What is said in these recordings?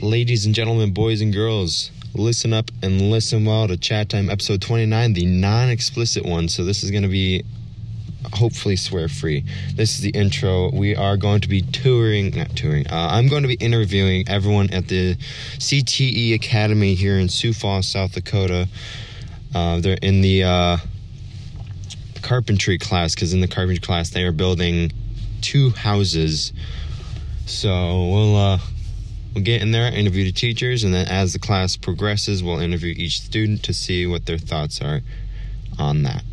Ladies and gentlemen, boys and girls, listen up and listen well to Chat Time episode 29, the non explicit one. So, this is going to be hopefully swear free. This is the intro. We are going to be touring, not touring, uh, I'm going to be interviewing everyone at the CTE Academy here in Sioux Falls, South Dakota. Uh, they're in the uh, carpentry class because in the carpentry class they are building two houses. So, we'll. Uh, We'll get in there, interview the teachers, and then as the class progresses, we'll interview each student to see what their thoughts are on that.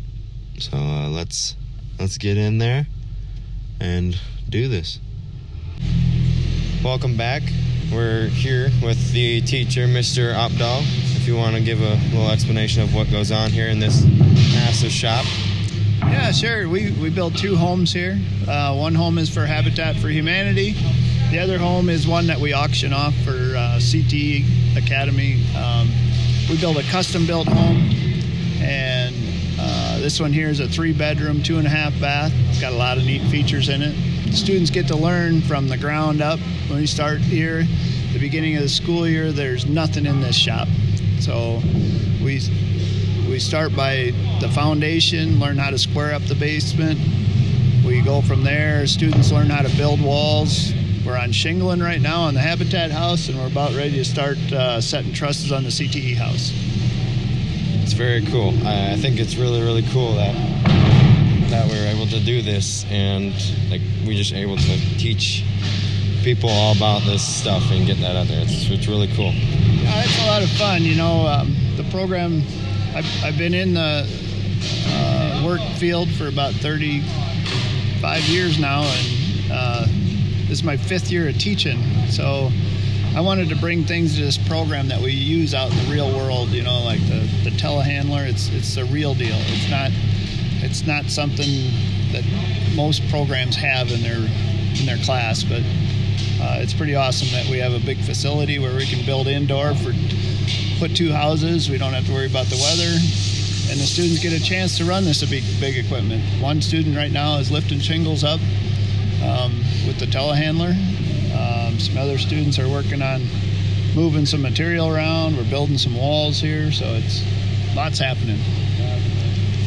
So uh, let's let's get in there and do this. Welcome back. We're here with the teacher, Mr. Opdahl. If you want to give a little explanation of what goes on here in this massive shop. Yeah, sure. We, we built two homes here. Uh, one home is for Habitat for Humanity. The other home is one that we auction off for uh, CTE Academy. Um, we built a custom built home, and uh, this one here is a three bedroom, two and a half bath. It's got a lot of neat features in it. Students get to learn from the ground up. When we start here, the beginning of the school year, there's nothing in this shop. So we we start by the foundation, learn how to square up the basement. We go from there. Students learn how to build walls. We're on shingling right now on the Habitat house, and we're about ready to start uh, setting trusses on the CTE house. It's very cool. I I think it's really really cool that that we're able to do this and like we're just able to teach people all about this stuff and get that out there. It's it's really cool. Yeah, Uh, it's a lot of fun. You know, um, the program, I've, I've been in the uh, work field for about 35 years now, and uh, this is my fifth year of teaching. So I wanted to bring things to this program that we use out in the real world, you know, like the, the telehandler. It's, it's the real deal. It's not, it's not something that most programs have in their, in their class, but uh, it's pretty awesome that we have a big facility where we can build indoor for put two houses. We don't have to worry about the weather, and the students get a chance to run this big big equipment. One student right now is lifting shingles up um, with the telehandler. Um, some other students are working on moving some material around. We're building some walls here, so it's lots happening.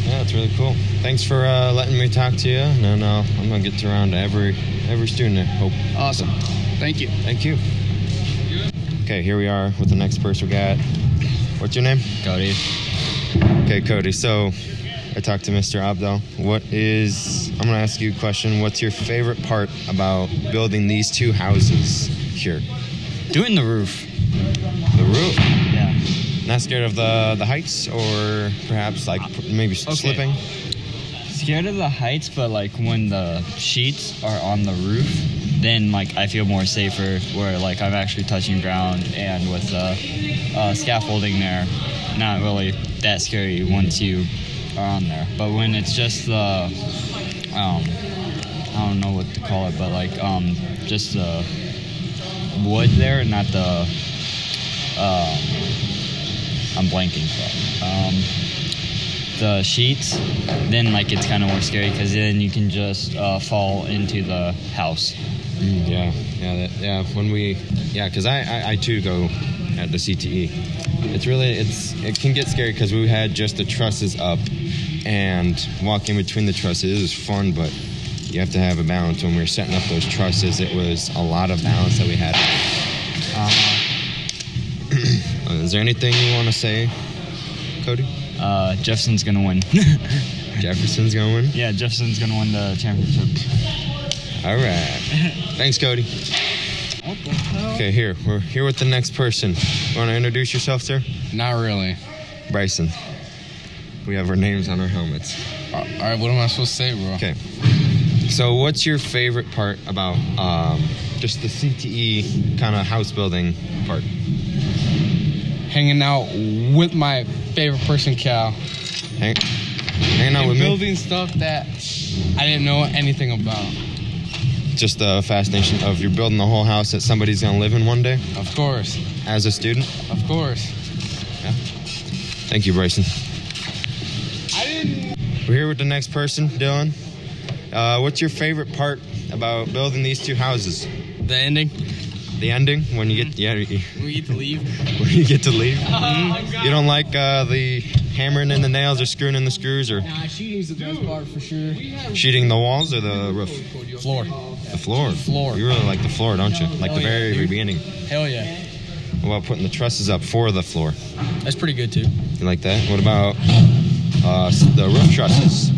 Yeah, it's really cool. Thanks for uh, letting me talk to you. No, no, I'm gonna get around to every every student. I hope. Awesome. Thank you. Thank you. Okay, here we are with the next person we got. What's your name? Cody. Okay, Cody. So I talked to Mr. Abdel. What is? I'm gonna ask you a question. What's your favorite part about building these two houses here? Doing the roof. The roof. Yeah. Not scared of the the heights, or perhaps like maybe Uh, Okay. slipping. Scared of the heights, but like when the sheets are on the roof, then like I feel more safer where like I'm actually touching ground and with the uh, scaffolding there, not really that scary once you are on there. But when it's just the, um, I don't know what to call it, but like um, just the wood there, not the, uh, I'm blanking. But, um, the sheets, then like it's kind of more scary because then you can just uh, fall into the house. Mm, Yeah, yeah, that, yeah. When we, yeah, because I, I, I too go at the CTE. It's really, it's, it can get scary because we had just the trusses up, and walking between the trusses it was fun, but you have to have a balance. When we were setting up those trusses, it was a lot of balance that we had. Uh, is there anything you want to say, Cody? Uh, Jefferson's gonna win. Jefferson's going. yeah, Jefferson's gonna win the championship. All right. Thanks, Cody. Okay, here we're here with the next person. Want to introduce yourself, sir? Not really. Bryson. We have our names on our helmets. All right, what am I supposed to say, bro? Okay. So, what's your favorite part about um, just the CTE kind of house building part? Hanging out with my favorite person, Cal. Hang, hanging out and with me. building stuff that I didn't know anything about. Just the fascination of you're building the whole house that somebody's gonna live in one day Of course. as a student. Of course. Thank you, Bryson. I didn't. We're here with the next person, Dylan. Uh, what's your favorite part about building these two houses? The ending? the ending when you Mm-hmm. get yeah you- We get to leave. when you get to leave. Oh, God. You don't like uh, the hammering in the nails or screwing in the screws or Nah, shooting's the best part for sure. sheeting the walls or the roof, Floor. the floor. Floor. You really like the floor, don't you? Like Oh, the yeah, very dude. beginning. Hell yeah. What about putting the trusses up for the floor? That's pretty good too. You like that? What about uh, s- the roof trusses?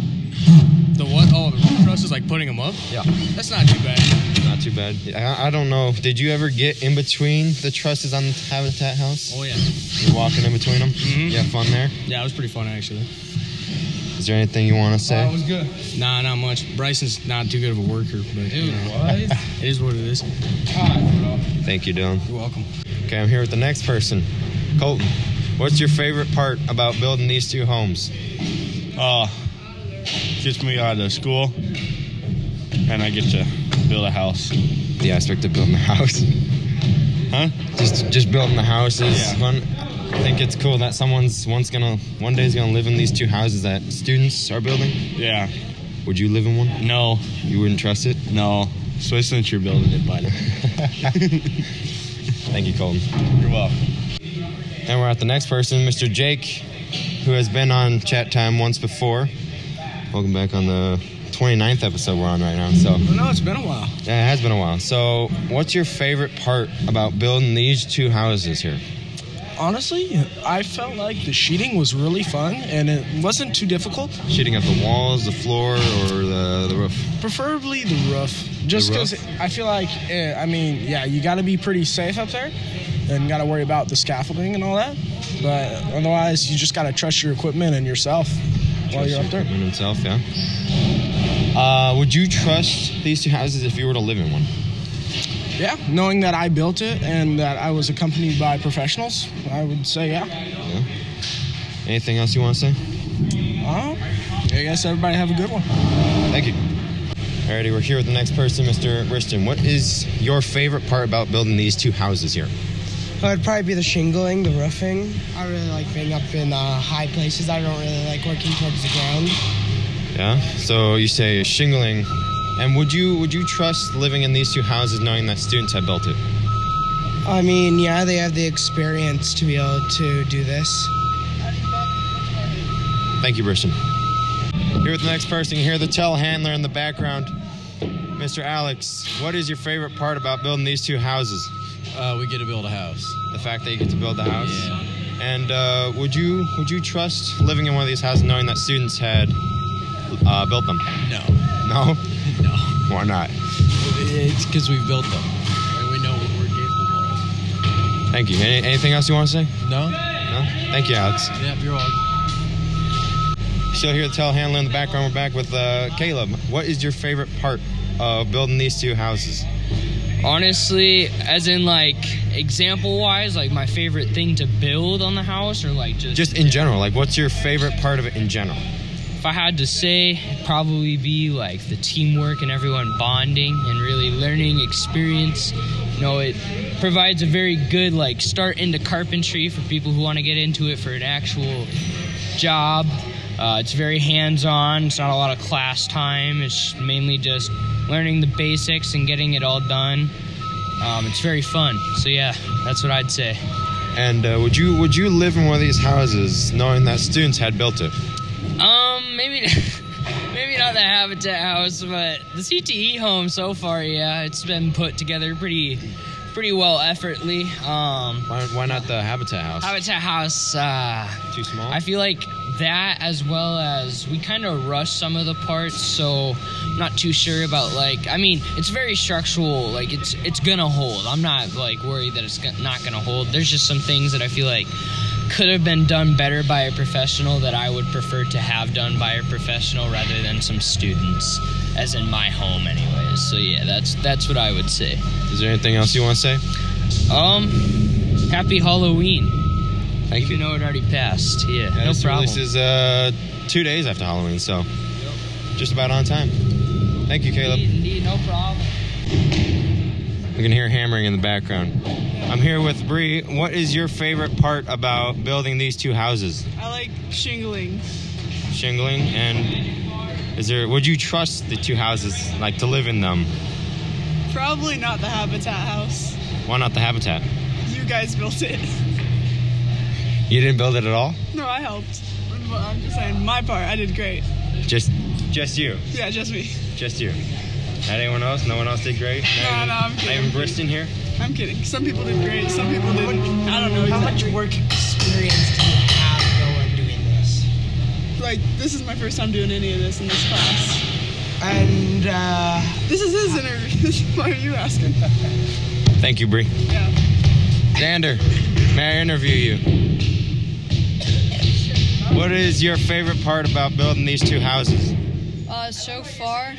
The what? Oh, the roof trusses, like putting them up? Yeah, That's not too bad. not too bad. I, I don't know. Did you ever get in between the trusses on the Habitat House? Oh, yeah. You're walking in between them. You have fun there. Yeah, it was pretty fun, actually. Is there anything you want to Oh, say? good. Nah, not much. Bryson's not too good of a worker, but you know, it is what it is. Thank you, Dylan. You're welcome. Okay, I'm here with the next person, Colton. What's your favorite part about building these two homes? Uh, gets me out of school, and I get to build a house. The aspect of building the house. Huh? Just just building the house is Yeah. fun. I think it's cool that someone's once gonna one day is gonna live in these two houses that students are building. Yeah. Would you live in one? No. You wouldn't trust it? No. Especially since you're building it, buddy. Thank you, Colton. You're welcome. And we're at the next person, Mr. Jake, who has been on Chat Time once before. Welcome back on the 29th episode we're on right now. So No, it's been a while. Yeah, it has been a while. So, what's your favorite part about building these two houses here? honestly, I felt like the sheeting was really fun and it wasn't too difficult. Shooting up the walls, the floor, or the, the roof? Preferably the roof, just The because roof? I feel like, eh, I mean, yeah, you got to be pretty safe up there and got to worry about the scaffolding and all that. But otherwise, you just got to trust your equipment and yourself while you're up there. Equipment Himself, yeah. Uh, would you trust these two houses if you were to live in one? Yeah, knowing that I built it and that I was accompanied by professionals, I would say, yeah. Yeah. Anything else you want to say? Uh, I guess everybody have a good one. Thank you. Alrighty, we're here with the next person, Mr. Riston. What is your favorite part about building these two houses here? It would probably be the shingling, the roofing. I really like being up in uh, high places. I don't really like working towards the ground. Yeah. So you say shingling, and would you would you trust living in these two houses knowing that students have built it? I mean, yeah, they have the experience to be able to do this. Thank you, Briston. Here with the next person. You hear the tell handler in the background. Mr. Alex, what is your favorite part about building these two houses? Uh, we get to build a house. The fact that you get to build the house. And uh, would you would you trust living in one of these houses knowing that students had uh, built them? No, No. No. Why not? it's because we built them, and we know what we're capable of. Thank you. Any, anything else you want to say? No? No. Thank you, Alex. Yeah, you're welcome. Still here, the tell handler in the background. We're back with uh, Caleb. What is your favorite part of building these two houses? Honestly, as in like example wise, like my favorite thing to build on the house, or like just, Just in general, like what's your favorite part of it in general? if I had to say, it'd probably be like the teamwork and everyone bonding and really learning experience. You know, it provides a very good like start into carpentry for people who want to get into it for an actual job. Uh, it's very hands on, it's not a lot of class time, it's mainly just learning the basics and getting it all done. Um, it's very fun. So, yeah, that's what I'd say. And uh, would you would you live in one of these houses knowing that students had built it? Um, maybe, maybe not the Habitat House, but the CTE home so far. Yeah, it's been put together pretty, pretty well, effortly. Um, Why, why not the Habitat House? Habitat House. Uh, Too small. I feel like that, as well as we kind of rushed some of the parts, so I'm not too sure about like. I mean, it's very structural. Like it's it's gonna hold. I'm not like worried that it's go- not gonna hold. There's just some things that I feel like could have been done better by a professional that I would prefer to have done by a professional rather than some students, as in my home, anyways. So yeah, that's that's what I would say. is there anything else you want to say? Um, happy Halloween. Thank Even though it already passed. Yeah, Yeah, no this problem. This is uh, two days after Halloween, so just about on time. Thank you, Caleb. Indeed, no problem. You can hear hammering in the background. I'm here with Bree. What is your favorite part about building these two houses? I like shingling. Shingling and is there would you trust the two houses like to live in them? Probably not the Habitat House. Why not the habitat? You guys built it. You didn't build it at all? No, I helped. Well, I'm just saying, my part, I did great. Just just you. Yeah, just me. Just you. Not anyone else? No one else did great? No, Not even- no, I'm Not even kidding. Briston here? I'm kidding. Some people did great, some people didn't. I don't know. How much exactly. work experience do you have going doing this? Like, this is my first time doing any of this in this class. And uh, This is his interview. Why are you asking? Thank you, Bree. Yeah. Xander, may I interview you? What is your favorite part about building these two houses? Uh, so far,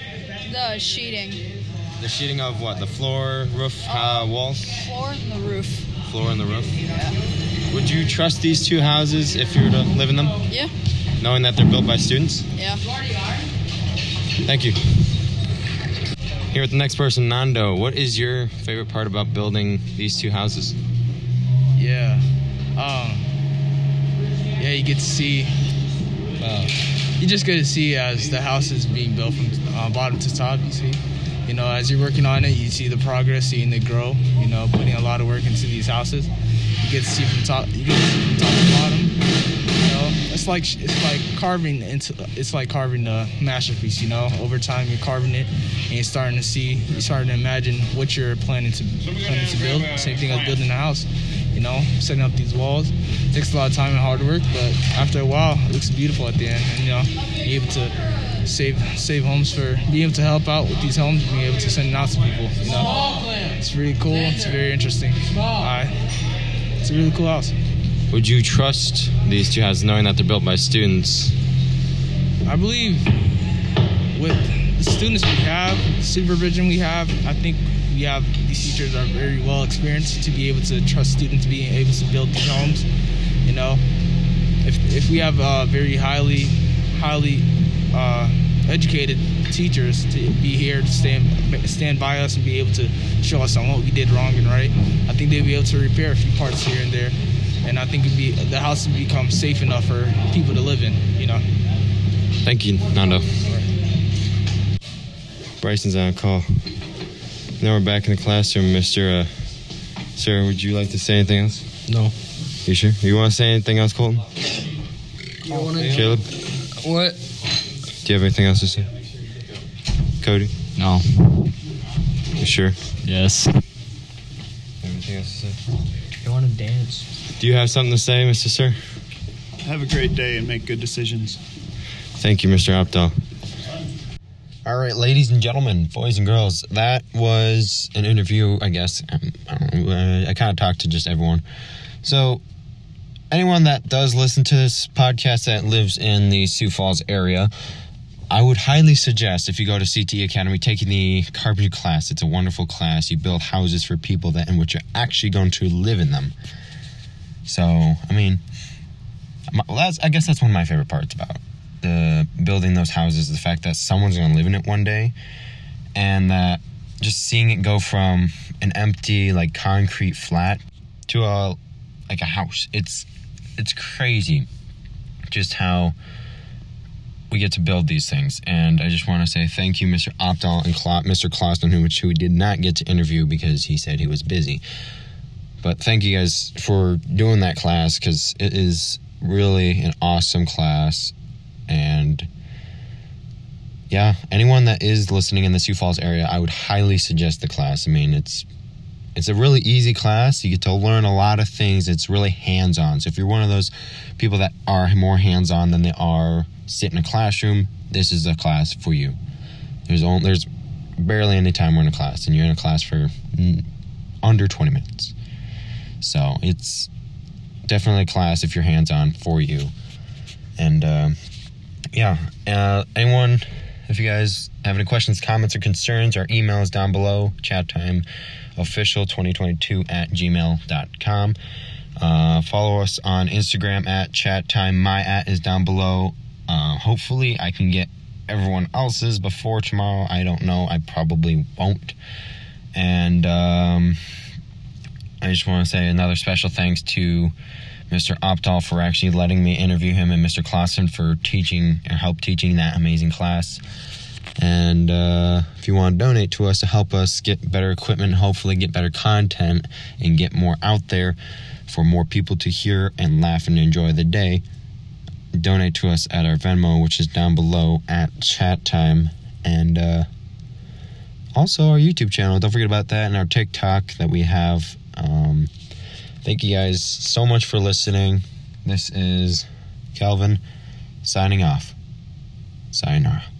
the sheeting, The sheeting of what? The floor, roof, uh, walls, floor, and the roof. floor, and the roof. Would you trust these two houses if you were to live in them, Yeah, knowing that they're built by students? yeah. Thank you. Here with the next person, Nando. What is your favorite part about building these two houses? Yeah. Um. Yeah, you get to see. Uh, you just get to see as the house is being built from uh, bottom to top. You see, you know, as you're working on it, you see the progress, seeing it grow. You know, putting a lot of work into these houses. You get to see from top. You get to see from top to bottom. You know, it's like it's like carving into. It's like carving a masterpiece. You know, over time you're carving it, and you're starting to see. You're starting to imagine what you're planning to planning to build. Same thing as building a house. You know, setting up these walls takes a lot of time and hard work, but after a while, it looks beautiful at the end. And you know, being able to save save homes for being able to help out with these homes, being able to send it out to people. You know, it's really cool. It's very interesting. I, it's a really cool house. Would you trust these two houses, knowing that they're built by students? I believe with the students we have, supervision we have, I think we have these teachers are very well experienced to be able to trust students being able to build these homes. You know, if if we have uh, very highly highly uh, educated teachers to be here to stand stand by us and be able to show us on what we did wrong and right, I think they'll be able to repair a few parts here and there. And I think it'd be, the house would become safe enough for people to live in, you know. Thank you, Nando. Bryson's on call. Now we're back in the classroom, Mr. Uh, sir, would you like to say anything else? No. You sure? You want to say anything else, Colton? Caleb, What? do you have anything else to say? Cody? No. You sure? Yes. Anything else to say? I want to dance. Do you have something to say, Mr. Sir? Have a great day and make good decisions. Thank you, Mr. Opdahl. All right, ladies and gentlemen, boys and girls, that was an interview, I guess. Um, I, don't know, uh, I kind of talked to just everyone. So, anyone that does listen to this podcast that lives in the Sioux Falls area, I would highly suggest if you go to CTE Academy, taking the carpentry class. It's a wonderful class. You build houses for people that in which are actually going to live in them. So, I mean, my, well, that's, I guess that's one of my favorite parts about the building those houses the fact that someone's going to live in it one day and that just seeing it go from an empty like concrete flat to a like a house it's it's crazy just how we get to build these things and i just want to say thank you mr opdahl and Cla- mr clauston who which we did not get to interview because he said he was busy but thank you guys for doing that class because it is really an awesome class and yeah anyone that is listening in the sioux falls area i would highly suggest the class i mean it's it's a really easy class you get to learn a lot of things it's really hands-on so if you're one of those people that are more hands-on than they are sit in a classroom this is the class for you there's only there's barely any time we're in a class and you're in a class for mm, under 20 minutes so it's definitely a class if you're hands on for you. And um yeah, uh, anyone, if you guys have any questions, comments, or concerns, our email is down below chat time official 2022 at gmail.com. Uh, follow us on Instagram at chat time. My at is down below. Uh, hopefully, I can get everyone else's before tomorrow. I don't know. I probably won't. And um, I just want to say another special thanks to Mr. Optal for actually letting me interview him and Mr. Clausen for teaching and help teaching that amazing class. And uh, if you want to donate to us to help us get better equipment, hopefully get better content, and get more out there for more people to hear and laugh and enjoy the day, donate to us at our Venmo, which is down below at chat time. And uh, also our YouTube channel. Don't forget about that and our TikTok that we have. Um, thank you guys so much for listening. This is Calvin signing off. Sayonara.